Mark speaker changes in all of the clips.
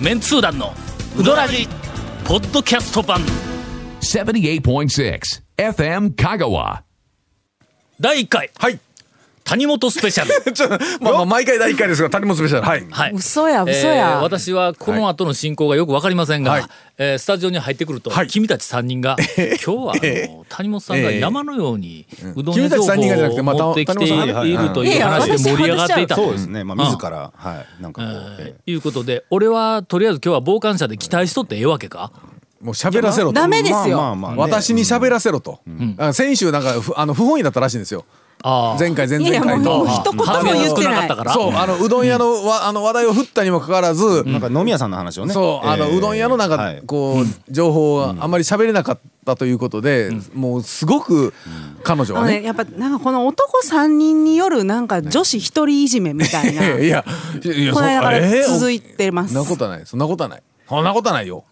Speaker 1: メンツー団のウドラジポッドキャスト版
Speaker 2: 78.6 FM Kagawa.
Speaker 1: 第1回
Speaker 3: はい。
Speaker 1: 谷本スペシャル
Speaker 3: ちょまあまあ、毎回第一回ですが、谷本スペシャル。はい。
Speaker 1: はい
Speaker 4: 嘘や嘘
Speaker 1: えー
Speaker 4: や、
Speaker 1: 私はこの後の進行がよくわかりませんが、
Speaker 3: はい
Speaker 1: えースタジオに入ってくると、
Speaker 3: はい
Speaker 1: 君たち3人が、今日はあの、谷本さんが
Speaker 3: ええ
Speaker 1: 山のようにうどん
Speaker 3: 君
Speaker 1: 屋
Speaker 3: た
Speaker 1: 情
Speaker 3: ち
Speaker 1: 報
Speaker 3: 三人がじゃなくて
Speaker 1: を
Speaker 3: まあ
Speaker 1: 持ってきてい
Speaker 3: 谷本さんはい
Speaker 1: るという話で盛り上がっていた
Speaker 4: いやいや私話しちゃう
Speaker 5: そうですね、まあ、自ら、はい、なんかこう、え
Speaker 1: ということで俺はとりあえず今日は傍観者で期待しとってええわけか
Speaker 3: もう喋らせろと。
Speaker 4: ダメ
Speaker 5: え
Speaker 4: ですよ、
Speaker 5: まあまあまあ、ね、
Speaker 3: 私に喋らせろと。あ先週なんかふあの不本意だったらしいんですよ。
Speaker 1: ああ
Speaker 3: 前回前
Speaker 4: いや
Speaker 3: 々
Speaker 4: もう
Speaker 3: 回
Speaker 4: もう
Speaker 3: と。
Speaker 4: 一言も
Speaker 1: 反応
Speaker 4: 言っ
Speaker 1: 少
Speaker 4: て
Speaker 1: なか
Speaker 4: な
Speaker 1: っ
Speaker 4: い
Speaker 1: たから
Speaker 3: そうあのうどん屋のわあの話題を振ったにもかかわらず。
Speaker 5: なんか飲み屋さんの話をね
Speaker 3: そうあのうどん屋のなん
Speaker 5: は
Speaker 3: か
Speaker 5: い
Speaker 3: こう情報があんまり喋れなかったということで、もうすごく彼女
Speaker 4: あ
Speaker 3: は
Speaker 4: のね
Speaker 3: ね。
Speaker 4: やっぱなんかこの男三人によるなんか女子一人いじめみたいな、
Speaker 3: いやいや
Speaker 4: この間から
Speaker 3: そ
Speaker 4: 続
Speaker 3: えー
Speaker 4: いてま
Speaker 3: そ
Speaker 4: す、
Speaker 3: んなことはないそんなことはないそんなことはないよ。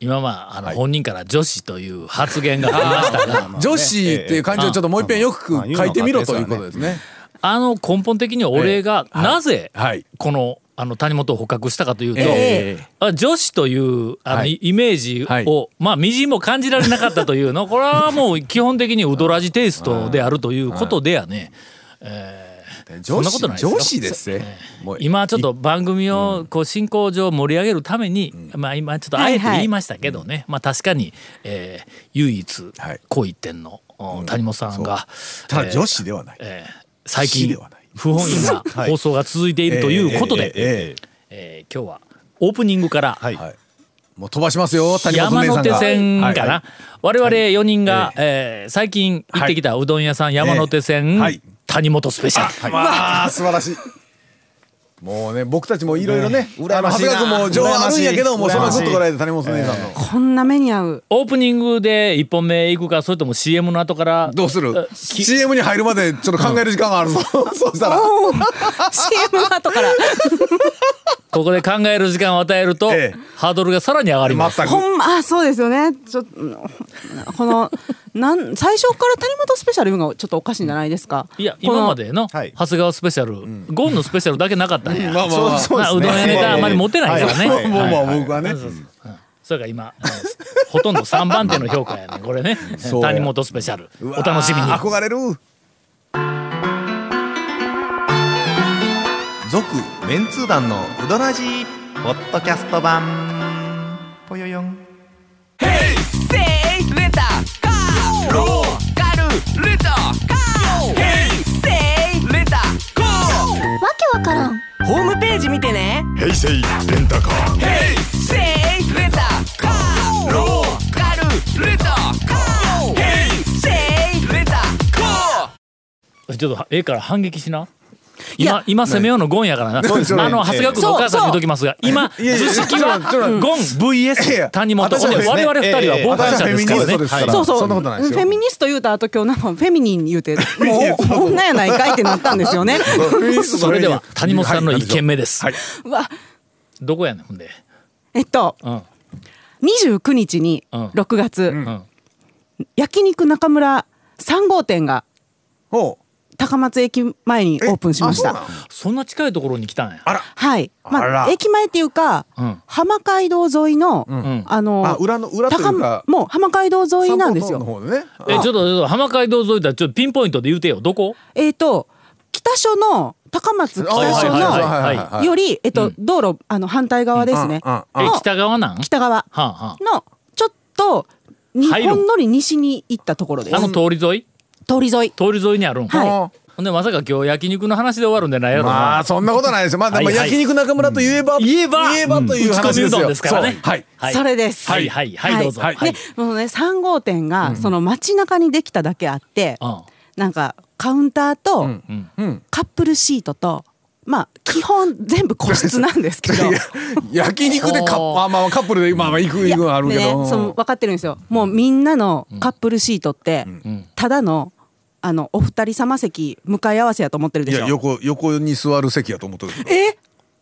Speaker 1: 今まああの、本人から女子という発言がありましたが
Speaker 3: 女子っていう漢字をちょっともう一遍よく書いてみろということですね。
Speaker 1: あの根本的には俺がなぜ
Speaker 3: はい
Speaker 1: このあの谷本を捕獲したかというと、
Speaker 3: え
Speaker 1: あ女子というあの、
Speaker 3: はい
Speaker 1: イメージを、
Speaker 3: はい
Speaker 1: まあみじんも感じられなかったという のこれはもう基本的にウドラジテイストであるということでやね、えーそんなことないですよ
Speaker 3: 女子ですね。もう
Speaker 1: 今ちょっと番組をこう進行上盛り上げるために、まあ今ちょっとあえて
Speaker 4: はいはい
Speaker 1: 言いましたけどね、まあ確かに、えー唯一
Speaker 3: はい
Speaker 1: こう一点の、お谷本さんが、
Speaker 3: ただ
Speaker 1: えー
Speaker 3: 女子ではない。
Speaker 1: えー最
Speaker 3: 死
Speaker 1: 近
Speaker 3: ではない
Speaker 1: 不本意な
Speaker 5: はい
Speaker 1: 放送が続いているということで、え
Speaker 5: えええええ
Speaker 1: ー今日はオープニングから、
Speaker 5: はい、
Speaker 3: はい。もう飛ばしますよ。谷本
Speaker 1: 山
Speaker 3: 姉さんが。
Speaker 1: 手線かな、
Speaker 3: はい
Speaker 1: 我々4人が、えー最近行ってきたうどん屋さん、山手線、
Speaker 3: はい
Speaker 1: 谷本スペシャル、
Speaker 3: まあ素晴らしい。もうね僕たちもいろいろね。
Speaker 5: 羨ましい
Speaker 3: 長
Speaker 5: な
Speaker 3: 谷川君も情報あるんやけどもうそのずっとこらえて谷本姉さんの。
Speaker 4: こんな目に遭 う
Speaker 1: オープニングで1本目行くかそれとも CM の後から
Speaker 3: どうする
Speaker 1: えき
Speaker 3: ?CM に入るまでちょっと考える時間が あるぞ。そうしたら。
Speaker 4: CM の後から
Speaker 1: ここで考える時間を与えると、
Speaker 3: ええ
Speaker 1: ハードルがさらに上がります。
Speaker 3: 全く。
Speaker 4: ほんまあそうですよねちょっとこのなん最初から谷本スペシャルがちょっとおかしいんじゃないですか
Speaker 1: いや
Speaker 4: この
Speaker 1: 今までの
Speaker 5: はい
Speaker 1: 長谷川スペシャル、ゴンのスペシャルだけなかったね、
Speaker 3: まあまあまあ。
Speaker 1: まあうどん屋ネタあんまり持てないからね、
Speaker 5: はい
Speaker 3: もうまあ僕はね。
Speaker 1: それが今、あのほとんど3番手の評価やね。これね。
Speaker 3: そう
Speaker 1: 谷本スペシャル。お楽しみに。
Speaker 3: うわー憧れる。
Speaker 5: 続メンツー団のうどらじポッドキャスト版ぽよよん
Speaker 1: ちょっとええから反撃しな。
Speaker 4: いや
Speaker 1: 今、今攻めようのゴンやからな。あ
Speaker 3: そうですよね
Speaker 1: の、長谷川君のお母さんに言うときますが、今、
Speaker 3: いやいや
Speaker 1: 図式
Speaker 3: ちょっとちょっ
Speaker 1: は
Speaker 3: と
Speaker 1: ゴン
Speaker 3: いや
Speaker 1: VS 谷本。ほ
Speaker 3: 私は
Speaker 1: んで
Speaker 3: です
Speaker 1: 我
Speaker 3: ね
Speaker 1: 々二人は
Speaker 5: ええ
Speaker 1: 傍観者
Speaker 3: フェ
Speaker 1: で
Speaker 3: ミ
Speaker 1: す
Speaker 3: ニ
Speaker 1: から
Speaker 3: ス
Speaker 1: ね
Speaker 3: トで。すから。
Speaker 4: そうそう
Speaker 3: そんなことないですよ。
Speaker 4: フェミニスト言うた後今日なんかフェミニン 言うてもう女やないかいってなったんですよね
Speaker 1: それでは、谷本さんの一件目です。
Speaker 4: うわ
Speaker 1: どこやねん、ほんで。
Speaker 4: えっと
Speaker 1: うん。
Speaker 4: 29日に
Speaker 1: うん
Speaker 4: 6月、
Speaker 1: ん
Speaker 4: 焼肉中村3号店が
Speaker 3: ほ
Speaker 4: 高松駅前にオープンしまし
Speaker 3: えあ
Speaker 4: た
Speaker 1: そんな近いところに来たんや。
Speaker 4: はい、
Speaker 3: あ
Speaker 4: ま
Speaker 3: ら
Speaker 4: あ、駅前っていうか、
Speaker 1: うん
Speaker 4: 浜街道沿いの、
Speaker 1: ん
Speaker 4: あの
Speaker 3: あ裏の裏というか
Speaker 4: 高もう浜街道沿いなんです
Speaker 3: 散
Speaker 4: よ
Speaker 3: 歩の方でね。
Speaker 1: え、ちょっと、ちょっと、浜街道沿いだ。ちょっとピンポイントで言うてよ。どこ
Speaker 4: えっ、と北署の高松北
Speaker 1: はい
Speaker 4: 署
Speaker 1: はいは
Speaker 4: の
Speaker 1: い
Speaker 4: より、えっと道路あの反対側ですね、
Speaker 3: うんうん
Speaker 1: え
Speaker 4: の、
Speaker 1: 北側なんは
Speaker 4: 北側
Speaker 1: あは
Speaker 4: のちょっと日
Speaker 1: 入る
Speaker 4: 本のり西に行ったところです
Speaker 1: あ。あの通り沿い
Speaker 4: 通り沿い
Speaker 1: 通り沿いにあるん
Speaker 4: はい
Speaker 1: ほんでまさか今日焼肉の話で終わるんじゃないやろな、
Speaker 3: まあそんなことないですよ。まあでも
Speaker 1: はいはい
Speaker 3: 焼肉中村と言えば
Speaker 1: 言えば
Speaker 3: 言えばという話
Speaker 1: うん打ち込
Speaker 3: です
Speaker 1: みうどん
Speaker 3: よ。
Speaker 1: ですからね
Speaker 3: そうはい。
Speaker 1: はい
Speaker 4: それです。
Speaker 1: はいはいはいどうぞはい
Speaker 4: で、このね、3号店が、その街中にできただけあって、
Speaker 1: うん
Speaker 4: なんか、カウンターと、
Speaker 3: うん。
Speaker 4: カップルシートと、まあ、基本全部個室なんで すけど。
Speaker 3: 焼肉でカッ
Speaker 1: ほう
Speaker 3: プまあまあカップルで今まあ行く行
Speaker 4: いや
Speaker 3: くはあるけ
Speaker 4: でね、その
Speaker 3: ど。
Speaker 4: 分かってるんですよ。もうみんなのカップルシートって、ただの、あの、お二人様席、向かい合わせやと思ってるで
Speaker 3: い
Speaker 4: しょ。
Speaker 3: や横横に座る席やと思ってるけど。
Speaker 4: え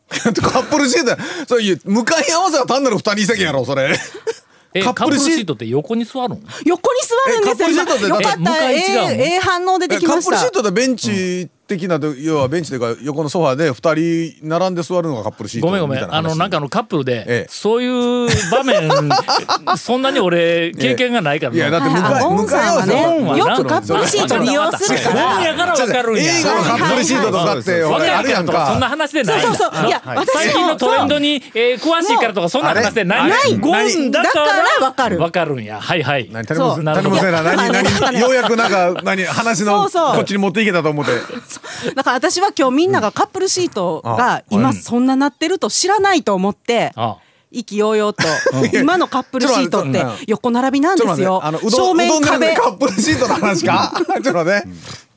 Speaker 3: カップルシートやそういう向かい合わせは単なる二人席やろそれ。
Speaker 1: えカ
Speaker 3: カ
Speaker 1: ッ
Speaker 3: ッ
Speaker 1: プ
Speaker 3: プ
Speaker 1: ル
Speaker 3: ルシート
Speaker 1: シートって横に座るん
Speaker 4: 横に座るんですよ。
Speaker 3: えカップルシートって
Speaker 4: 今よか
Speaker 1: え
Speaker 4: っ
Speaker 1: 向
Speaker 4: た。
Speaker 1: かい
Speaker 4: え
Speaker 1: 違うの
Speaker 4: えええ反応出てき
Speaker 3: カ
Speaker 4: ま
Speaker 3: ッ
Speaker 4: し
Speaker 3: プル
Speaker 4: た
Speaker 3: シー。トでベンチ的なと要はベンチというか横のソファーで2人並んで座るのがカップルシート
Speaker 1: ごめんご
Speaker 3: み
Speaker 1: め
Speaker 3: たい
Speaker 1: ん
Speaker 3: な話
Speaker 1: あのなんかあのカップルで、
Speaker 3: ええ
Speaker 1: そういう場 面そんなに俺経験がないから
Speaker 3: いやだって向かい
Speaker 4: あ
Speaker 3: 向
Speaker 4: ボン
Speaker 3: かい
Speaker 4: さん
Speaker 3: 合
Speaker 4: は
Speaker 3: わせ
Speaker 4: ね
Speaker 3: の
Speaker 1: な
Speaker 4: よくカップルシート利用するから
Speaker 1: そうやから分かるんや
Speaker 3: 映画のカップルシートとかって
Speaker 5: はい
Speaker 1: 分
Speaker 3: 俺
Speaker 1: か
Speaker 3: ある
Speaker 1: るか
Speaker 3: や
Speaker 1: ら
Speaker 3: ん
Speaker 1: とかそんな
Speaker 3: か
Speaker 1: 話で
Speaker 4: そ
Speaker 1: な
Speaker 4: う
Speaker 1: い
Speaker 4: そうそういや
Speaker 5: はい
Speaker 4: 私
Speaker 1: 最近の
Speaker 4: も
Speaker 1: トレンド
Speaker 4: そう
Speaker 1: に、えー詳しいからとかそんな話でない
Speaker 4: ない
Speaker 1: うん
Speaker 4: ゴンだからわかる
Speaker 1: わかるんやはいはい
Speaker 3: 何谷本さん
Speaker 1: なる
Speaker 3: 谷
Speaker 1: ほ
Speaker 3: 本
Speaker 1: ど
Speaker 3: さんやな何何ようやくなんか何話の
Speaker 4: そうそう
Speaker 3: こっちに持っていけたと思って
Speaker 4: だから私は今日みんながカップルシートが今そんななってると知らないと思って
Speaker 1: あ
Speaker 4: 意気揚々と 今のカップルシートって横並びなん
Speaker 3: ち
Speaker 4: で
Speaker 3: ょっ
Speaker 4: す
Speaker 3: と
Speaker 4: よ
Speaker 3: 待ってうど
Speaker 4: 正
Speaker 3: んうど
Speaker 4: 面
Speaker 3: んなんで
Speaker 4: 壁
Speaker 3: カップルシートの話かちょっとね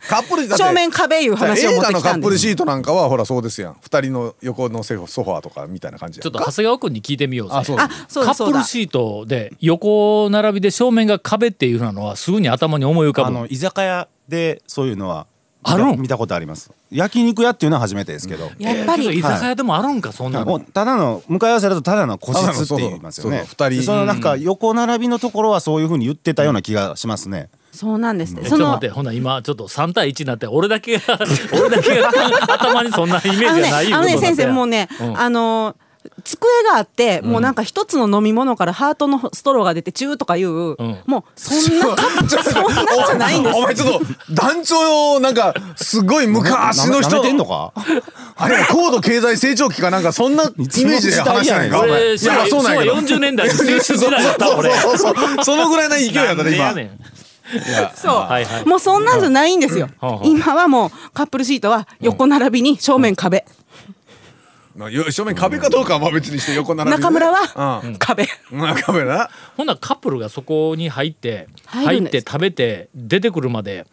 Speaker 3: カップルだって
Speaker 4: 正面壁いう話を持
Speaker 3: 映
Speaker 4: って
Speaker 3: 画の
Speaker 4: き
Speaker 3: カ
Speaker 4: たん
Speaker 3: ッ
Speaker 4: で
Speaker 3: プル
Speaker 4: す
Speaker 3: シートなんかはほらそうですやん2人の横のソファーとかみたいな感じ
Speaker 1: ちょ
Speaker 3: や
Speaker 1: っと
Speaker 3: んか
Speaker 1: 長谷川君に聞いてみようぜ
Speaker 3: あそう
Speaker 4: あそう
Speaker 1: カ
Speaker 4: だそ
Speaker 1: ッ
Speaker 4: う
Speaker 1: プル
Speaker 4: だ
Speaker 1: シートで横並びで正面が壁っていうふうなのはすぐに頭に思い浮
Speaker 5: あ
Speaker 1: かぶ
Speaker 5: の居酒屋でそういうのは
Speaker 1: あるん
Speaker 5: 見た見たことあります焼肉屋っていうのは初めてですけど、
Speaker 4: やっぱ
Speaker 1: けど
Speaker 4: り
Speaker 1: 居酒屋でもあるんかそんな
Speaker 5: もう
Speaker 1: の
Speaker 5: ただの向かい合わせだとただの個室って言いますよね
Speaker 3: そうそうそう二
Speaker 5: で
Speaker 3: 人
Speaker 5: そのなんか横並びのところはそういうふうに言ってたような気がしますね、
Speaker 4: そうなんです
Speaker 1: え
Speaker 4: ね
Speaker 1: ちょ
Speaker 4: そ
Speaker 1: っと待
Speaker 4: の
Speaker 1: ってほな今ちょっと3対1になって俺だけが俺だけが頭にそんなイメージ
Speaker 4: あ
Speaker 1: が
Speaker 4: のね
Speaker 1: ないいう
Speaker 4: あ
Speaker 1: こ
Speaker 4: の
Speaker 1: と
Speaker 4: ね
Speaker 1: にな
Speaker 4: 先
Speaker 1: って
Speaker 4: 生もうね
Speaker 1: うん
Speaker 4: あの机があってもうなんか一つの飲み物からハートのストローが出てチューとかいう
Speaker 1: ん
Speaker 4: もうそんなカップルそんなじゃ ないんです
Speaker 3: お前ちょっと団長をなんかすごい昔
Speaker 5: な
Speaker 3: の
Speaker 5: め
Speaker 3: 人
Speaker 5: なめてんの か
Speaker 3: あれや高度経済成長期かなんかそんなイメージで話してないか
Speaker 5: あ
Speaker 3: お
Speaker 5: のね
Speaker 1: 俺
Speaker 3: 前
Speaker 1: 昭和
Speaker 3: そうなんやけ
Speaker 1: 昭
Speaker 3: ど
Speaker 1: 和40年代の青春
Speaker 3: そう
Speaker 1: 時代だった
Speaker 3: そう
Speaker 1: 俺
Speaker 3: そうそう そうそのぐらいの勢いやったね
Speaker 1: なん
Speaker 3: 今
Speaker 1: でやねん
Speaker 4: そう、
Speaker 1: はいはい
Speaker 4: もうそんなんじゃないんですよ
Speaker 1: うんうん。
Speaker 4: 今はもうカップルシートは横並びに正面壁。
Speaker 3: まあよ正面壁かどうかはまあ別にして横並びで
Speaker 4: 中村は壁。
Speaker 3: 中村な
Speaker 1: ほんならカップルがそこに入って
Speaker 4: 入
Speaker 1: 入
Speaker 4: るん
Speaker 1: って
Speaker 4: です
Speaker 1: 食べて出てくるまで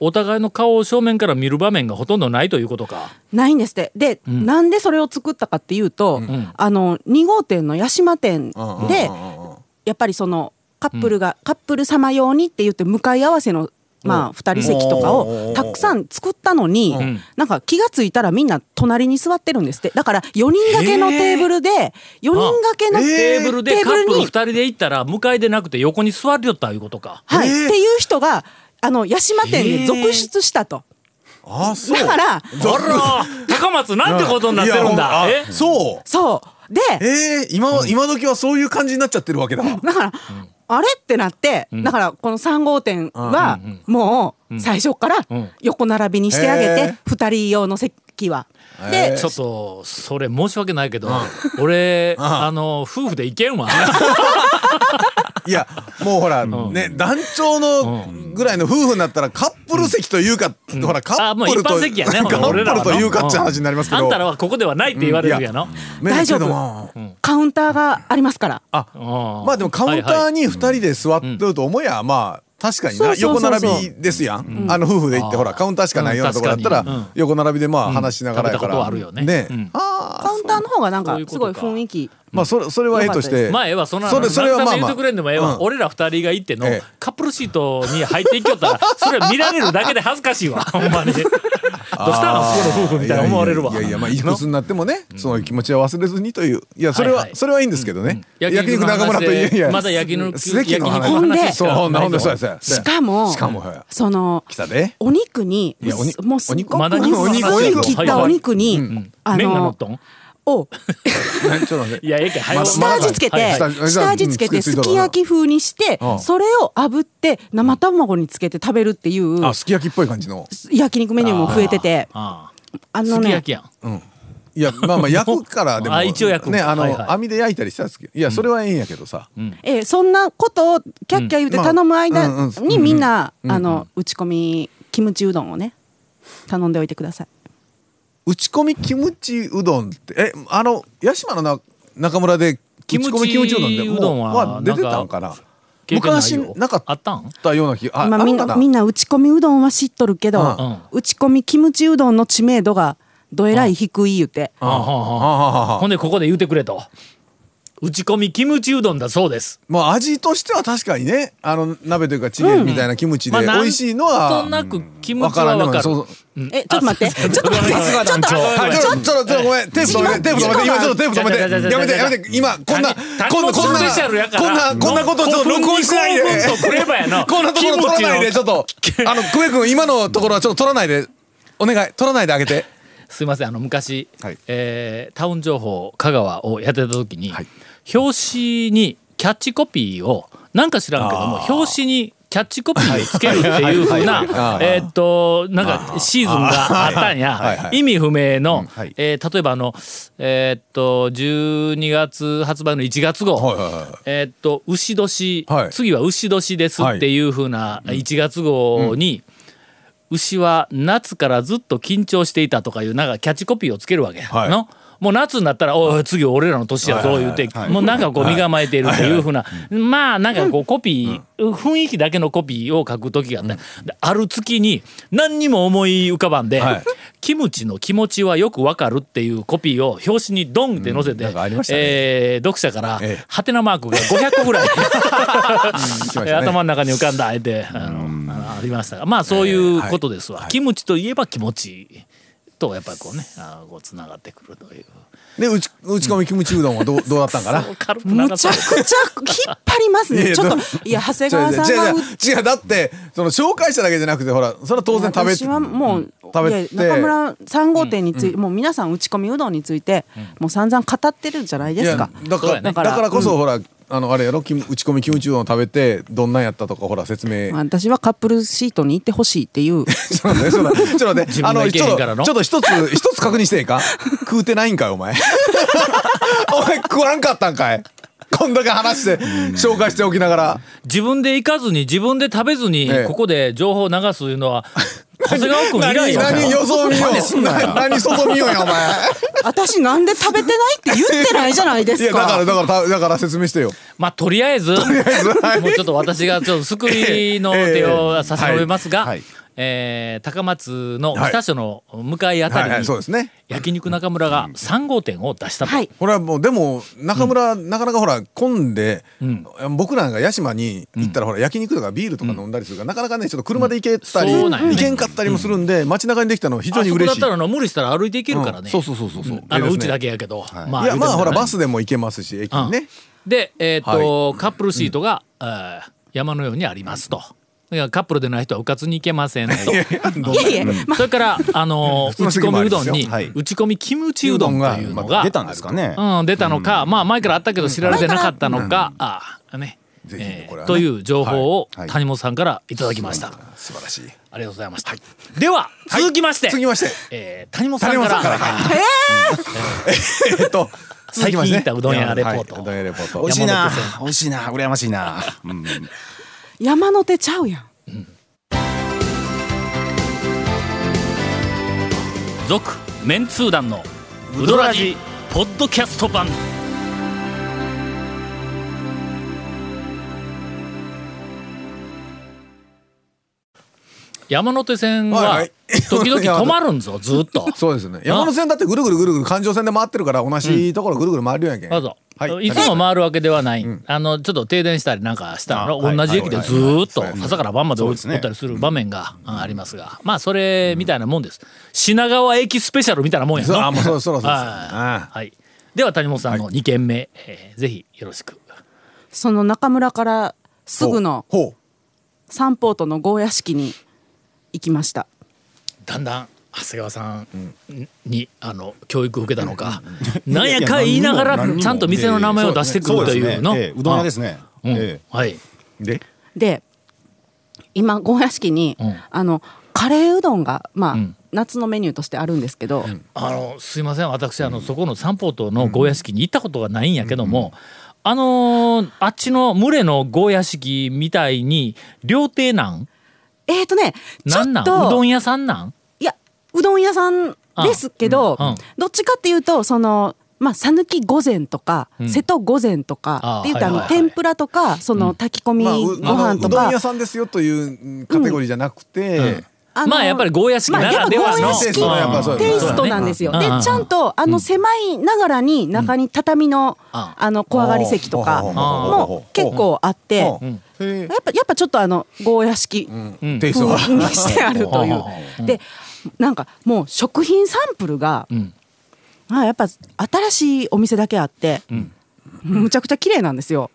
Speaker 1: お互いの顔を正面から見る場面がほとんどないということか。
Speaker 4: ないんですって。で、なんでそれを作ったかっていうと、あの2号店の八島店で、
Speaker 3: うんうんうんうん
Speaker 4: やっぱりそのカップルが、カップル様用にって言って向かい合わせの。まあ、2人席とかをたくさん作ったのに、
Speaker 1: ん
Speaker 4: なんか気がついたらみんな隣に座ってるんですってだから4人掛けのテーブルで4人掛けの
Speaker 1: テーブルで
Speaker 4: テー
Speaker 1: カ
Speaker 4: ブル
Speaker 1: ッ
Speaker 4: に
Speaker 1: プル2人で行ったら向かいでなくて横に座りよったいうことか。
Speaker 4: はい、っていう人があの八島店で続出したと、
Speaker 3: あそう
Speaker 4: だから
Speaker 1: あら高松なんてことになってるんだ。
Speaker 3: いや
Speaker 1: え
Speaker 3: ほんあそう
Speaker 4: そうで
Speaker 3: えー、今今時はそういう感じになっちゃってるわけだ
Speaker 4: だから、あれってなって、だからこの3号店はもう最初から
Speaker 1: うん
Speaker 4: 横並びにしてあげ
Speaker 3: へ
Speaker 4: て
Speaker 3: ー
Speaker 4: 2人用の席は。
Speaker 3: へ
Speaker 4: で
Speaker 3: ー
Speaker 1: ちょっとそれ申し訳ないけど俺あの夫婦で行けんわ。
Speaker 3: いやもうほら、ね団長のぐらいの夫婦になったらカップル席というか、ほらカ
Speaker 1: あ も
Speaker 3: ッ
Speaker 1: う
Speaker 3: プ
Speaker 1: 一
Speaker 3: ルと、
Speaker 1: 般席 やね。
Speaker 3: カップ
Speaker 1: 俺らはな
Speaker 3: ルというかって話になりますけど、
Speaker 1: あんたらはここではないって言われるやな。
Speaker 3: ね
Speaker 4: 大丈夫
Speaker 3: けどまあ
Speaker 4: カウンターがありますから。
Speaker 1: うん
Speaker 3: まあでもカウンタ
Speaker 1: はい
Speaker 3: ー
Speaker 1: はい
Speaker 3: に2人で座ってると思えや、まあ確かに
Speaker 4: そ
Speaker 3: な
Speaker 4: うそ
Speaker 3: 横
Speaker 4: うそうそう
Speaker 3: 並びですやん、あの夫婦で行ってほらカウンターしかないようなところだった
Speaker 1: うん確かに
Speaker 3: ら
Speaker 1: うん
Speaker 3: 横並びでまあ話しながらやか
Speaker 1: 食べたこ
Speaker 3: ら、
Speaker 1: とはあるよねうん
Speaker 3: あ
Speaker 4: カウンターの方がなん
Speaker 1: そ
Speaker 4: か
Speaker 1: ういうこ
Speaker 4: す
Speaker 1: と
Speaker 4: ご
Speaker 1: か
Speaker 4: い雰囲気。
Speaker 3: まあそれそれはええとし
Speaker 4: よかったで
Speaker 3: て
Speaker 1: まあええわそんな
Speaker 3: それそれはまあ
Speaker 1: 言
Speaker 3: ま
Speaker 1: う
Speaker 3: あ
Speaker 1: てくれんでもええわ、
Speaker 3: うん
Speaker 1: 俺ら二人が行っての、
Speaker 3: ええ
Speaker 1: カップルシートに入っていきよったらそれは見られるだけで恥ずかしいわほんま にどうしたのそこの夫婦みたいな思われるわ
Speaker 3: いやいやいやまあいくつになってもね、その気持ちは忘れずにといういやそれは、
Speaker 1: はいはい
Speaker 3: それはいいんですけどね、
Speaker 1: うん
Speaker 3: 焼肉
Speaker 1: 焼肉の話
Speaker 3: 中村といえいや
Speaker 1: まだ焼肉
Speaker 3: 席の話
Speaker 4: 焼肉の話
Speaker 3: そうほんでほんでそうやそうやそうや
Speaker 4: しかも
Speaker 3: しかもほら
Speaker 4: その
Speaker 3: 来たで
Speaker 4: お肉に
Speaker 3: いやおに
Speaker 4: もうす
Speaker 3: お
Speaker 4: っ
Speaker 3: 肉
Speaker 4: ご
Speaker 1: ま
Speaker 4: く
Speaker 1: だ
Speaker 4: すっ
Speaker 1: 肉の
Speaker 3: 話
Speaker 4: ごい切ったお肉に、あ
Speaker 1: 麺が乗っ
Speaker 4: の
Speaker 1: とん
Speaker 4: を
Speaker 3: なちょっと待って
Speaker 1: いやええけん早う
Speaker 4: 下味つけ
Speaker 1: はい
Speaker 4: て
Speaker 1: はい
Speaker 3: はいはい
Speaker 4: 下味つけ
Speaker 3: う
Speaker 4: て
Speaker 3: んつけて
Speaker 4: すき焼き風にして
Speaker 3: うん
Speaker 4: それを炙って生卵につけて食べるっていう
Speaker 3: あすき焼きっぽい感じの
Speaker 4: 焼肉メニューも増えてて
Speaker 1: あ
Speaker 4: あ
Speaker 1: あす
Speaker 4: の
Speaker 1: き焼
Speaker 4: ね
Speaker 1: きやん
Speaker 3: いやまあまあ焼くからで も
Speaker 1: あ一応焼く
Speaker 3: ねあの、
Speaker 1: はいはい
Speaker 3: 網で焼いたりしたんですけどいやそれはええんやけどさ、
Speaker 4: えーそんなことをキャッキャ言うて頼む間
Speaker 3: うんまあうんうん
Speaker 4: にみんなあの打ち込みキムチうどんをね頼んでおいてください。
Speaker 3: 打ち込みキムチうどんってえあの八島のな中村で
Speaker 1: キムチ
Speaker 3: 打ち込みキムチうどんでも
Speaker 1: うどんは
Speaker 3: 出てたんかな
Speaker 1: 経験ない
Speaker 3: 昔
Speaker 1: よ
Speaker 3: なかっ
Speaker 1: あったん
Speaker 3: たような気があ
Speaker 4: まあみん
Speaker 3: あるか
Speaker 4: なみんな打ち込みうどんは知っとるけ
Speaker 3: う
Speaker 4: ど
Speaker 3: ん
Speaker 1: うん
Speaker 4: 打ち込みキムチうどんの知名度がどえらい低い言うて
Speaker 1: ああはあはあ
Speaker 3: はあはあはあ
Speaker 1: ほんでここで言うてくれと打ち込みキムチうどんだそうです
Speaker 3: まあ味としては確かにねあの鍋というかチゲみたいなキムチで美
Speaker 1: なん
Speaker 3: 味しいのは、
Speaker 1: となくキム
Speaker 3: わ
Speaker 1: チ
Speaker 3: か
Speaker 1: は
Speaker 3: らんで
Speaker 1: わ
Speaker 3: も
Speaker 1: か
Speaker 3: な
Speaker 1: る
Speaker 3: いそうそう
Speaker 4: えちょっと待ってちょっと待って
Speaker 1: さすが団長
Speaker 3: あちょっとちょっとちょっとごめんテープ止めてテープ止めて今ちょっとテープ止
Speaker 1: 違う違う違
Speaker 3: め
Speaker 1: う
Speaker 3: てやめ
Speaker 1: 違う
Speaker 3: て
Speaker 1: 違う
Speaker 3: やめて今こん
Speaker 1: 谷
Speaker 3: なこん
Speaker 1: 本
Speaker 3: なこんな
Speaker 1: スペシャルやから
Speaker 3: こんなこんなことをちょっと録音しないで
Speaker 1: 興 奮とくればやな
Speaker 3: こんなところ取らないでちょっとあの久米君今のところはちょっと取らないでお願い取らないであげて
Speaker 1: すいませんあの昔、
Speaker 3: はい
Speaker 1: えータウン情報香川をやってた時に、
Speaker 3: はい
Speaker 1: 表紙にキャッチコピーをなんか知らんけども表紙にキャッチコピーをつけるっていうふう
Speaker 3: はいはい
Speaker 1: な
Speaker 3: はい
Speaker 1: えーっとなんかシーズンがあったん
Speaker 3: あーはいはい
Speaker 1: や
Speaker 3: はい
Speaker 1: 意味不明の、
Speaker 3: はい
Speaker 1: えー例えばあのえーっと12月発売の1月号、
Speaker 3: はいはいはい
Speaker 1: えーっと牛年、
Speaker 3: はい
Speaker 1: 次は牛年ですっていうふうな1月号に、牛は夏からずっと緊張していたとかいうなんかキャッチコピーをつけるわけや、
Speaker 3: はい
Speaker 1: のもう夏になったら「おい次俺らの年やぞ」言うて、もうなんかこう身構えているっていうふうな、まあなんかこうコピー、雰囲気だけのコピーを書く時があった、である月に何にも思い浮かばんで、
Speaker 3: はい
Speaker 1: キムチの気持ちはよくわかる」っていうコピーを表紙にドンって載せて、
Speaker 3: なんかありましたね
Speaker 1: えー読者から
Speaker 3: ええ
Speaker 1: ハテナマークが500個ぐ らい。
Speaker 3: しました ね
Speaker 1: 頭の中に浮かんだあえてあのありましたがまあそういうことですわ、キムチといえば気持ちとやっぱりこうねあこうつながってくるという
Speaker 3: で打ち打ち込みキムチうどんはどうどうだったんかな
Speaker 1: そう軽く
Speaker 4: む
Speaker 1: 流
Speaker 4: ち
Speaker 1: さ
Speaker 4: ゃ
Speaker 1: れ
Speaker 4: くちゃ引っ張ります
Speaker 3: いやい
Speaker 4: ね
Speaker 3: や
Speaker 4: ちょっと
Speaker 3: ど
Speaker 4: いや長谷川さんが
Speaker 3: 違う違う違うだってその紹介しただけじゃなくてほらそれは当然食べ
Speaker 4: 私はもう、
Speaker 3: 食べて
Speaker 4: いや中村3号店について、もう皆さん打ち込みうどんについて、もう散々語ってるじゃないですか
Speaker 3: いやだか
Speaker 1: そう
Speaker 3: ら
Speaker 1: やね
Speaker 3: だからだからこそほら、あのあれやろキム打ち込みキムチうどんを食べてどんなんやったとかほら説明
Speaker 4: 私はカップルシートに行ってほしいっていう
Speaker 3: ちょっと待って、ちょっと待ってちょっと待っ
Speaker 1: 自
Speaker 3: て、
Speaker 1: 分
Speaker 3: あ
Speaker 1: が
Speaker 3: の、
Speaker 1: いけ
Speaker 3: ち
Speaker 1: へ
Speaker 3: ょ
Speaker 1: ん
Speaker 3: っ
Speaker 1: からの
Speaker 3: と、ちょっと一つ、一つ確認していいか食うてないんかい、お前。 お前食わんかったんかい。こんだけ話して、紹介しておきながら。
Speaker 1: 自分で行かずに自分で食べずに、
Speaker 3: ええ
Speaker 1: ここで情報を流すというの は長谷川君以
Speaker 3: 何、
Speaker 1: 来や
Speaker 3: 何、よそ見よう。な何、外見ようや、お前。
Speaker 4: 私なんで食べてないって言ってないじゃないで
Speaker 3: い
Speaker 4: す
Speaker 3: や、だから、
Speaker 4: か。
Speaker 3: だから、だから説明してよ。
Speaker 1: まあとりあえずもうちょっと私がちょっと救い の手を差し伸べますが、
Speaker 3: はいはい
Speaker 1: えー高松の北所の向かいあた
Speaker 3: はい
Speaker 1: り
Speaker 3: はい、
Speaker 1: に
Speaker 3: そうですね。
Speaker 1: 焼肉中村が3号店を出したと、
Speaker 4: はい。
Speaker 3: これはもうでも中村、なかなかほら混んで、僕らが屋島に行ったらほら焼肉とかビールとか飲んだりするから、なかなかねちょっと車で行けたり、
Speaker 1: そうなんよね
Speaker 3: 行けんかったりもするんで、街中にできたのは非常に
Speaker 1: あそこだ
Speaker 3: 嬉
Speaker 1: っ
Speaker 3: した
Speaker 1: ら
Speaker 3: い。
Speaker 1: あの無理したら歩いていけるからね、
Speaker 3: うんそうそうそうそうそう、
Speaker 1: あの
Speaker 3: いいうで
Speaker 1: ち
Speaker 3: すね
Speaker 1: だけやけど、
Speaker 3: いやまあほらバ
Speaker 1: ス
Speaker 3: スでも行けますし駅にね、
Speaker 1: でえーっと、カップルシートが、えー山のようにありますと。だからカップルでない人はうかつに行けませんと。
Speaker 4: いやいや、
Speaker 1: それから、あのー
Speaker 3: 普通の
Speaker 1: 打ち
Speaker 3: 席も
Speaker 1: 込
Speaker 3: あ
Speaker 1: みう
Speaker 3: りま
Speaker 1: ど
Speaker 3: す
Speaker 1: ん
Speaker 3: よ
Speaker 1: に、
Speaker 5: はい
Speaker 1: 打ち込みキムチうどんというの
Speaker 5: まあ
Speaker 1: が、
Speaker 5: 出たんですかね。
Speaker 1: うん、出たのか、まあ前からあったけど知られてなかったのか、ああね
Speaker 3: ぜひね
Speaker 1: えー
Speaker 3: これはね
Speaker 1: という情報を
Speaker 5: はいはい
Speaker 1: 谷本さんからいただきました。
Speaker 3: 素晴らしい
Speaker 1: ありがとうございました。では、続きまして、
Speaker 3: 続きまして
Speaker 1: えー谷本さん
Speaker 3: 谷
Speaker 1: か
Speaker 3: 本さ
Speaker 1: ら
Speaker 3: んから、はいえーっと続
Speaker 1: 最
Speaker 3: き
Speaker 1: 近
Speaker 3: まして
Speaker 1: 行ったうどん屋レポート。
Speaker 3: はい、うどん屋レポー
Speaker 5: 美
Speaker 3: ト
Speaker 5: 味しいな
Speaker 1: 山手線。
Speaker 5: 美味しいな。羨ましいな。うん
Speaker 4: 山の手ちゃうやん。
Speaker 1: 続メンツー団のウドラジポッドキャスト版山手線
Speaker 3: はい
Speaker 1: は
Speaker 3: はい
Speaker 1: 時々止まるんぞずっと
Speaker 3: そうですね山手線だってぐるぐるぐるぐる環状線で回ってるから同じところぐるぐる回るやんけ、
Speaker 1: どうぞ、
Speaker 3: はい
Speaker 1: い、つも回るわけではない、あのちょっと停電したりなんかしたの、
Speaker 5: あはい
Speaker 1: 同じ駅でずーっと
Speaker 3: はいはい
Speaker 1: 朝から晩までお
Speaker 5: そう
Speaker 1: おっ
Speaker 5: ですね
Speaker 1: たりする場面がうんありますがまあそれみたいなもんです品川駅スペシャルみたいなもんや
Speaker 3: そう
Speaker 1: な
Speaker 3: あもうそろそろそうです
Speaker 1: はいはい。では谷本さんの2件目、えーぜひよろしく。
Speaker 4: その中村からすぐの
Speaker 3: ほうほう
Speaker 4: 三ポートのゴーヤ式に行きました。
Speaker 1: だんだん長谷川さんに、あの教育を受けたのか、なんやか言いながらちゃんと店の名前を出してくるというの。
Speaker 5: ええそうですねええうどん屋ですね。
Speaker 1: あ。うん
Speaker 5: ええ
Speaker 1: はい。
Speaker 3: で
Speaker 4: で今ゴーヤ式に、
Speaker 1: うん
Speaker 4: あのカレーうどんがまあ、
Speaker 1: ん
Speaker 4: 夏のメニューとしてあるんですけど、
Speaker 1: あのすいません私あの、そこの三宝島のゴーヤ式に行ったことがないんやけども、あのーあっちの群れのゴーヤ式みたいに料亭なん
Speaker 4: えーとねちょ
Speaker 1: なんな
Speaker 4: っ
Speaker 1: んうど
Speaker 4: と
Speaker 1: ん屋さんなん
Speaker 4: いやうどん屋さんですけど、
Speaker 1: うんうん
Speaker 4: どっちかっていうとその。まあ、讃岐御膳とか、
Speaker 1: ん
Speaker 4: 瀬戸御膳とか
Speaker 1: あー
Speaker 4: って言ってあの、
Speaker 1: はいはいはい
Speaker 4: 天ぷらとかその炊き込み
Speaker 3: まあ、
Speaker 4: ご
Speaker 3: うあ
Speaker 4: 飯
Speaker 3: の
Speaker 4: と
Speaker 3: うど
Speaker 4: か、
Speaker 3: ん屋さんですよというカテゴリーじゃなくて、
Speaker 4: あの
Speaker 1: まあやっぱりゴーヤ式
Speaker 4: ま
Speaker 1: な
Speaker 4: あや
Speaker 1: ら
Speaker 4: っぱ
Speaker 1: で
Speaker 4: ゴ
Speaker 1: は
Speaker 4: ー
Speaker 1: の、
Speaker 4: ヤ
Speaker 3: そうやっぱそう
Speaker 4: 式
Speaker 3: や
Speaker 4: テイストなんですよ。
Speaker 1: うん
Speaker 4: で
Speaker 1: うん
Speaker 4: ちゃんとあの狭いながらに中に畳のあの小上がり席とか
Speaker 3: うん
Speaker 4: も結構あってやっ
Speaker 3: うんへえ
Speaker 4: ぱやっぱちょっとあのゴーヤ式
Speaker 1: うん
Speaker 3: テイストが
Speaker 4: 風にしてあるという
Speaker 1: う。ん
Speaker 4: でなんかもう食品サンプルが
Speaker 1: うん
Speaker 4: まあやっぱ新しいお店だけあってむちゃくちゃ綺麗なんですよ。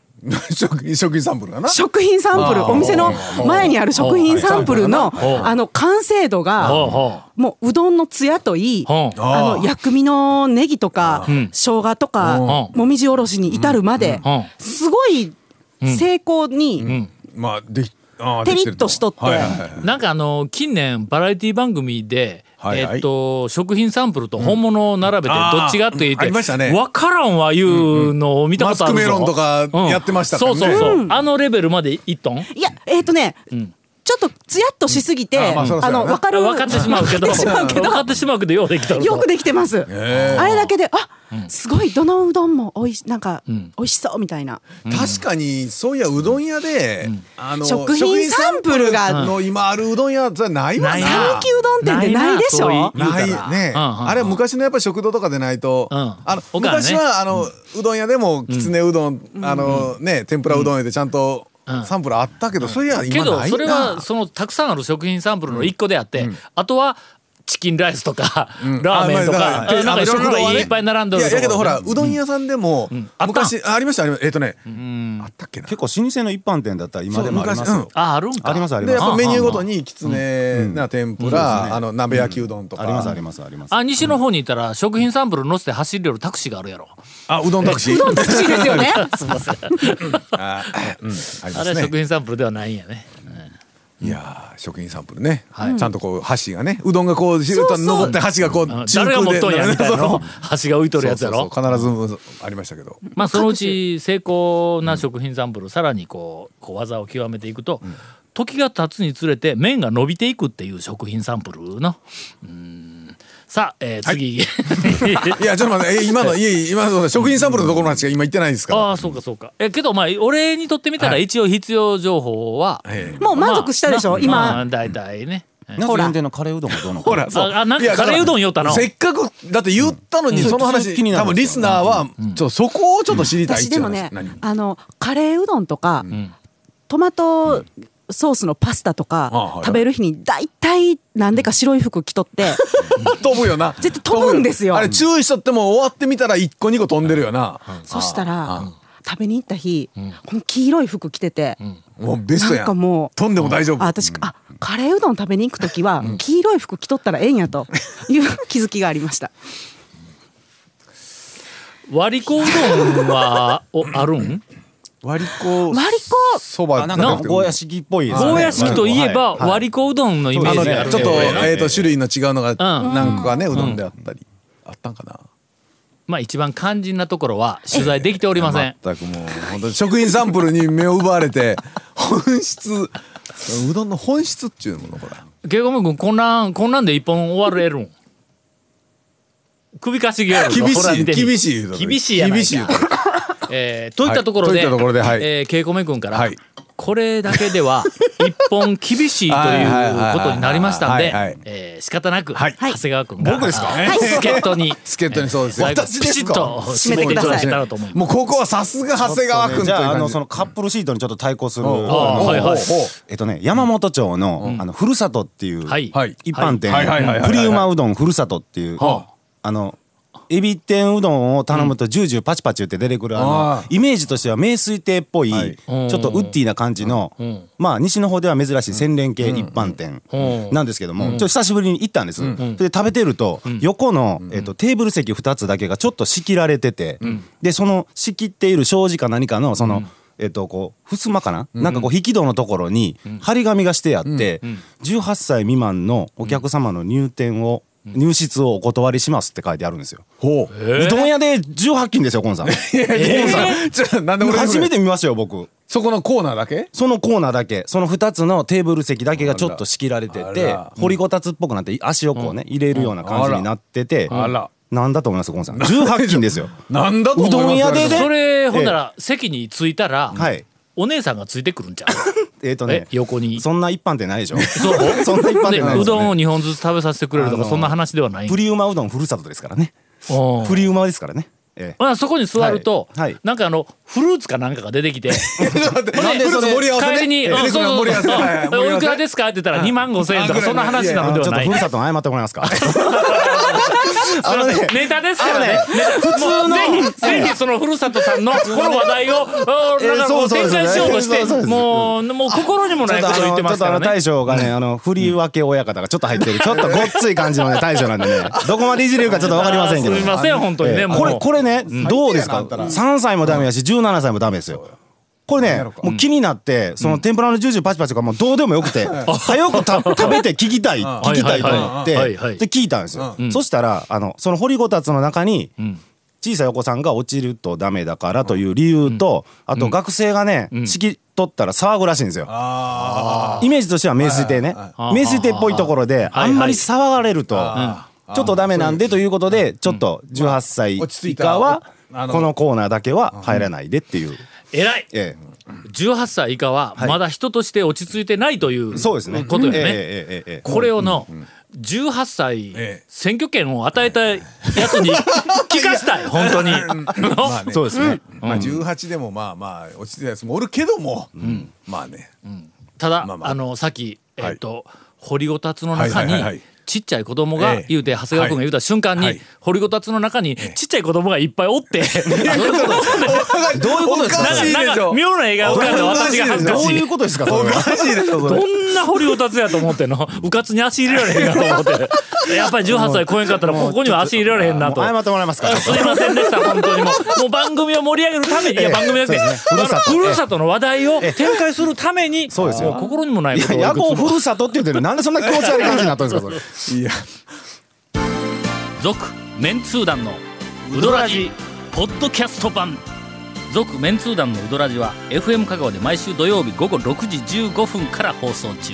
Speaker 3: 食 食品サンプルかな
Speaker 4: 食品サンプル
Speaker 1: あー
Speaker 4: お店の前にある食品サンプルの
Speaker 1: はい
Speaker 4: あの完成度が
Speaker 1: ほうほ
Speaker 4: もううどんのつやといい
Speaker 1: ほう
Speaker 3: あー
Speaker 4: あの薬味のネギとか
Speaker 1: うん
Speaker 4: 生姜とか
Speaker 1: うん
Speaker 4: もみじおろしに至るまで
Speaker 1: うん
Speaker 4: すごい成功に
Speaker 1: ん
Speaker 3: まあできあー
Speaker 4: ペ
Speaker 3: で
Speaker 4: リ
Speaker 3: き
Speaker 4: ッとしとって
Speaker 3: はいはいはい
Speaker 1: なんかあの近年バラエティ番組で、
Speaker 3: はいはい
Speaker 1: えっと食品サンプルと本物を並べてど
Speaker 3: うん
Speaker 1: っちがって言っ
Speaker 3: あーあ
Speaker 1: て、
Speaker 3: りましたね
Speaker 1: 分からんわいうのを見たことあるぞ、
Speaker 3: マスクメロンとかやってましたからね
Speaker 1: うんそうそうそう、
Speaker 4: うん
Speaker 1: あのレベルまでいっとん
Speaker 4: いやえっとねちょっとつやっとしすぎて
Speaker 3: あーまあそらそ
Speaker 4: あ
Speaker 3: うやな
Speaker 4: の分かる
Speaker 1: 分かってしまうけど
Speaker 4: 分かってしまうけど
Speaker 1: 分かってしまうけどようできた
Speaker 4: よくできてます。
Speaker 3: へー
Speaker 4: あれだけで、あ、すごい、どのうどんもおいし、なんか
Speaker 1: ん、
Speaker 4: おいしそうみたいな。
Speaker 3: 確かにそういやうどん屋で、あの
Speaker 4: 食品サンプルが
Speaker 3: 食品サンプルの今あるうどん屋じゃないわ
Speaker 1: ない
Speaker 3: な
Speaker 1: な
Speaker 4: 讃岐うどん店ってないでしょ
Speaker 1: ないな
Speaker 3: な
Speaker 1: 遠
Speaker 3: い
Speaker 1: い言うから
Speaker 3: ね、
Speaker 1: うんうんうん
Speaker 3: あれは昔のやっぱり食堂とかでないと、
Speaker 1: うん
Speaker 3: あの
Speaker 1: お母さんね
Speaker 3: 昔はあの、うどん屋でもきつねうどん、あのね天ぷらうどん屋でちゃんと
Speaker 1: うん
Speaker 3: サンプルあったけど、それや
Speaker 1: け
Speaker 3: 今
Speaker 1: ど
Speaker 3: ないな
Speaker 1: それはそのたくさんある食品サンプルの一個であって、あとはチキンライスとか、ラーメンと
Speaker 3: あま
Speaker 1: か、
Speaker 3: あだら
Speaker 1: なん
Speaker 3: あ
Speaker 1: かいろんなの
Speaker 3: の食堂は
Speaker 1: が
Speaker 3: ね
Speaker 1: いっぱい並んでる
Speaker 3: いや
Speaker 1: とこ
Speaker 3: やけどほらうどん屋さんでも、
Speaker 1: あった
Speaker 3: 昔ありましたありましたえっとね、
Speaker 1: うん
Speaker 3: あったっけな
Speaker 6: 結構老舗の一般店だったら今でもあります
Speaker 3: そう昔
Speaker 6: よ
Speaker 3: うん。
Speaker 1: ああるんか
Speaker 6: ありますあり
Speaker 3: でや
Speaker 6: ま
Speaker 3: っ
Speaker 6: す。
Speaker 3: ぱメニューごと
Speaker 6: に
Speaker 3: にきつねな天ぷ
Speaker 6: そうです
Speaker 3: ら、
Speaker 6: ね
Speaker 3: あの鍋焼きうどんとか、
Speaker 6: ありますありますあります。
Speaker 1: あ西の方にいたら食品サンプル乗せて走るよるタクシーがあるやろ
Speaker 3: あうどんタ クシー
Speaker 4: うどんタクシーですよ ね。
Speaker 1: あ
Speaker 3: あーうんありま
Speaker 1: れ
Speaker 3: す
Speaker 1: は
Speaker 3: ね
Speaker 1: 食品サンプルではないんやね
Speaker 3: いやー食品サンプルね、ちゃんとこう箸がねうどんがこうひゅーっ
Speaker 4: そ
Speaker 3: と
Speaker 4: うそう
Speaker 3: 登って箸がこう
Speaker 1: うん
Speaker 3: 中
Speaker 1: 誰が持っとんやみたいな
Speaker 3: そ
Speaker 1: の
Speaker 3: う
Speaker 1: 端が浮いとるやつやろ
Speaker 3: そうそうそう必ずありましたけど
Speaker 1: まあそのうち成功な食品サンプルさらにこうこう技を極めていくと時が経つにつれて麺が伸びていくっていう食品サンプルのうんさあ、えー次、
Speaker 3: いやちょっと待ってえ今のいえいえ今の食品サンプルのところの話が今言ってないですから
Speaker 1: ああそうかそうかえけどまあ俺にとってみたら一応必要情報は、
Speaker 3: ええ
Speaker 4: もう満足したでし
Speaker 1: ま
Speaker 4: ょ
Speaker 1: あま
Speaker 4: 今
Speaker 1: あ。大体ね、
Speaker 6: 夏限定のカレーうどんはどうのか
Speaker 3: ほらそう
Speaker 1: あなんか
Speaker 3: いや
Speaker 1: カレーうどん言おったな
Speaker 3: せっかくだって言ったのに
Speaker 6: うん
Speaker 3: その
Speaker 6: そ
Speaker 3: 話
Speaker 6: れ気になる
Speaker 3: 多分リスナーはちょっとそこをちょっと知りたいってい
Speaker 4: 私で
Speaker 3: う
Speaker 4: も
Speaker 3: 話
Speaker 4: ね
Speaker 3: 何、
Speaker 4: あの、カレーうどんとか、トマト。ソースのパスタと
Speaker 3: あはい
Speaker 4: か
Speaker 3: はい
Speaker 4: 食べる日に大体なんでか白い服着とって
Speaker 3: 飛ぶよな
Speaker 4: 絶対飛ぶんですよ
Speaker 3: あれ注意しとっても終わってみたら一個二個飛んでるよな
Speaker 4: そしたら食べに行った日この黄色い服着てて
Speaker 3: もうベストや
Speaker 4: なんかもう
Speaker 3: 飛んでも大丈夫
Speaker 4: あ私、あカレーうどん食べに行く時は黄色い服着とったらええんやという気づきがあり ました
Speaker 1: 割り子うどんはおあるん
Speaker 3: 割り子
Speaker 4: 割り子
Speaker 3: そば
Speaker 6: あなんかゴーヤ式っぽいですね。
Speaker 1: ゴーヤ式といえば
Speaker 6: はい
Speaker 1: 割り子うどんのイメ
Speaker 3: あ
Speaker 1: ー
Speaker 3: の
Speaker 1: ジ
Speaker 3: ね
Speaker 1: がある
Speaker 3: ちょっと,、
Speaker 1: ね
Speaker 3: えー、と種類の違うのが
Speaker 1: うん
Speaker 3: 何個かね、うどんであったり、あったんかな
Speaker 1: まあ一番肝心なところは取材できておりません。
Speaker 3: 全くもう本当に食品サンプルに目を奪われ て本質うどんの本質っていうものこれ
Speaker 1: ケイコム君こんなんこんなんで一本終われ るん。首かしげよるぞ
Speaker 3: 厳
Speaker 1: ほら
Speaker 3: しい
Speaker 1: 見てみ
Speaker 3: 厳しい
Speaker 1: 厳しいやないか
Speaker 3: 厳しい言うと
Speaker 1: えーといったところ
Speaker 3: はいとい
Speaker 1: で
Speaker 3: ったところではい
Speaker 1: えーケイコム君から、
Speaker 3: はい
Speaker 1: これだけで は一本厳しいということになりましたん
Speaker 3: はいはいはいは
Speaker 1: で
Speaker 3: いはいはい
Speaker 1: えー仕方なく、
Speaker 3: はい
Speaker 1: 長谷川君が
Speaker 3: 僕ですか
Speaker 1: あー助っ人に
Speaker 3: 助っ人にそうですよ
Speaker 1: 最後ピシッと締めていただけたらと思います。
Speaker 3: もうここはさすが長谷川君という
Speaker 6: じゃああ
Speaker 3: 感
Speaker 6: の
Speaker 3: じ
Speaker 6: そのカップルシートにちょっと対抗する。
Speaker 3: おうおう
Speaker 1: あーはいはい
Speaker 3: おうおう
Speaker 6: えっとね山本町のあのふるさとっていう
Speaker 1: はい
Speaker 6: 一般店
Speaker 3: はいはいはいはいはいはい
Speaker 6: プリウマうどんふるさとっていう
Speaker 3: は
Speaker 6: あの。エビ天うどんを頼むとジュージューパチパチ言って出てくるあ
Speaker 3: あ
Speaker 6: の
Speaker 3: ー
Speaker 6: イメージとしては名水亭っぽい
Speaker 3: はい
Speaker 6: ちょっとウッディな感じの
Speaker 1: ん
Speaker 6: まあ西の方では珍しい洗練系一般店
Speaker 1: うん
Speaker 6: なんですけどもちょっと久しぶりに行ったんですで食べてると横のえっとテーブル席2つだけがちょっと仕切られててでその仕切っている障子か何かのそのえっとこう襖かななんかこう引き戸のところに張り紙がしてあって18歳未満のお客様の入店を入室をお断りしますって書いてあるんですよ。
Speaker 3: ほう
Speaker 6: うどん屋で18金ですよ、コ ンさん。
Speaker 3: ちょなんで俺
Speaker 6: 初めて見ましたよ、僕。
Speaker 3: そこのコーナーだけ
Speaker 6: そのコーナーだけ、その2つのテーブル席だけがちょっと仕切られて
Speaker 3: あ
Speaker 6: て
Speaker 3: ら、
Speaker 6: 掘りごたつっぽくなって、足をこうね、入れるような感じになってて、
Speaker 3: あら
Speaker 6: なんだと思います、コンさん。18金ですよ。
Speaker 3: なんだと思います
Speaker 6: うどん屋でね
Speaker 1: それほんなら席に着いたら、
Speaker 6: はい
Speaker 1: お姉さんがついてくるんちゃう
Speaker 6: えっとね
Speaker 1: え、横に
Speaker 6: そんな一般店ないでしょ。
Speaker 1: そう
Speaker 6: そんな一般
Speaker 1: で
Speaker 6: 店ないで
Speaker 1: う
Speaker 6: しょ
Speaker 1: どんを2本ずつ食べさせてくれるとか
Speaker 6: あの
Speaker 1: そんな話ではない
Speaker 6: プリウマうどんふるさとですからね。
Speaker 1: おう
Speaker 6: プリウマですからね。ええ
Speaker 1: ほなそこに座ると、
Speaker 6: はいはい
Speaker 1: なんかあのフルーツかなんかが出てき て
Speaker 3: なんでそれ盛り合わせね
Speaker 1: 帰りに「
Speaker 3: え
Speaker 1: うんそうそう
Speaker 3: 盛り合わせ
Speaker 1: そう
Speaker 3: はいはい盛り合わ
Speaker 1: お
Speaker 3: せ
Speaker 1: いくらですか?」って言ったら2万5千円とかそんな話なの
Speaker 6: ち
Speaker 1: では
Speaker 6: ょっと
Speaker 1: ない
Speaker 6: ふるさとに謝ってもらえますかあのね
Speaker 1: ネタですからね
Speaker 6: あのね
Speaker 1: ネタ
Speaker 6: 普通の
Speaker 1: もうぜひぜひそのふるさとさんのこの話題をあーなんかこ
Speaker 6: そううそう
Speaker 1: 展
Speaker 6: ですね
Speaker 1: 開しようとし
Speaker 6: そうそう
Speaker 1: て
Speaker 6: です
Speaker 1: もうもう心にも
Speaker 6: ちょ
Speaker 1: な
Speaker 6: っ
Speaker 1: いこ
Speaker 6: とあ
Speaker 1: とを言
Speaker 6: の
Speaker 1: って
Speaker 6: ちょ
Speaker 1: ま
Speaker 6: っ
Speaker 1: す
Speaker 6: と
Speaker 1: か
Speaker 6: あ
Speaker 1: らね
Speaker 6: の大将がね、あの振り分け親方がちょっと入ってるちょっとごっつい感じのね大将なんで ねどこまでいじれるかちょっとわかりませんけど
Speaker 1: あーすみません本当に
Speaker 6: え
Speaker 1: ね
Speaker 6: え
Speaker 1: もう
Speaker 6: これこれねどうです
Speaker 3: あ
Speaker 6: か
Speaker 3: んたら
Speaker 6: 3歳もダメやし17歳もダメですよこれねもう気になってその天ぷらのジュージューパチパチとかもうどうでもよくて早くた食べて聞きたい聞きたいと思
Speaker 1: は
Speaker 6: っ
Speaker 1: いはいはい
Speaker 6: てで聞いたんですよそしたらあのその掘りごたつの中に小さいお子さんが落ちるとダメだからという理由とあと学生がね敷き取ったら騒ぐらしいんですよ
Speaker 3: あ
Speaker 6: イメージとしては名水亭ね
Speaker 1: い
Speaker 6: 名水亭っぽいところ
Speaker 1: は
Speaker 6: で
Speaker 1: い
Speaker 6: あんまり騒がれるとちょっとダメなんでということでちょっと18歳
Speaker 3: 落ち着
Speaker 6: 以
Speaker 3: いた
Speaker 6: 下は
Speaker 3: あの
Speaker 6: このコーナーだけは入らないでっていう
Speaker 1: 偉い
Speaker 6: え
Speaker 1: 18歳以下はまだ人として落ち着いてないという
Speaker 6: えそうですね
Speaker 1: ことよね、
Speaker 6: ええええええええ
Speaker 1: これをの18歳
Speaker 3: ええ
Speaker 1: 選挙権を与えたやつ に聞かしたい本当に。
Speaker 3: あ
Speaker 6: そうですね
Speaker 3: まあ18でもまあまあ落ちてたやつもおるけどもまあね
Speaker 1: ただ、
Speaker 3: ま
Speaker 1: あ
Speaker 3: あまあ
Speaker 1: のさっき、え
Speaker 3: はい
Speaker 1: っと掘りごたつの中に、
Speaker 3: はいはいはい
Speaker 1: ちっちゃい子供が
Speaker 3: ええ
Speaker 1: 言うて、長谷川君が言うた瞬間に、
Speaker 3: はい
Speaker 1: 掘りごたつの中に、ちっちゃい子供がいっぱいお って、
Speaker 3: どういうことです
Speaker 1: な
Speaker 3: か
Speaker 1: んかなんか妙な映画を浮かんで私が恥ずか
Speaker 6: どう
Speaker 1: し
Speaker 6: い。
Speaker 1: いう
Speaker 6: ことですかそれは
Speaker 1: どんな掘りごたつやと思ってんのうかつに足入れられへんかと思ってやっぱり18歳超えんかったらここには足入れられへんな
Speaker 6: もう
Speaker 1: と
Speaker 6: 謝ってもらえますか
Speaker 1: すいませんでした本当にもうもう番組を盛り上げるためにいや番組だけ、
Speaker 6: そうですねふるさと
Speaker 1: ふるさとの話題を展開するために
Speaker 6: そうですよ
Speaker 1: も心にもないことをいく
Speaker 6: 夜
Speaker 1: つも
Speaker 6: 行ふるさとって言ってるのになんでそんな気持ち悪い感じになったんですかそれ
Speaker 3: いや
Speaker 1: 続メンツー団のウドラジポッドキャスト版続メンツー団のウドラジは FM 香川で毎週土曜日午後6時15分から放送中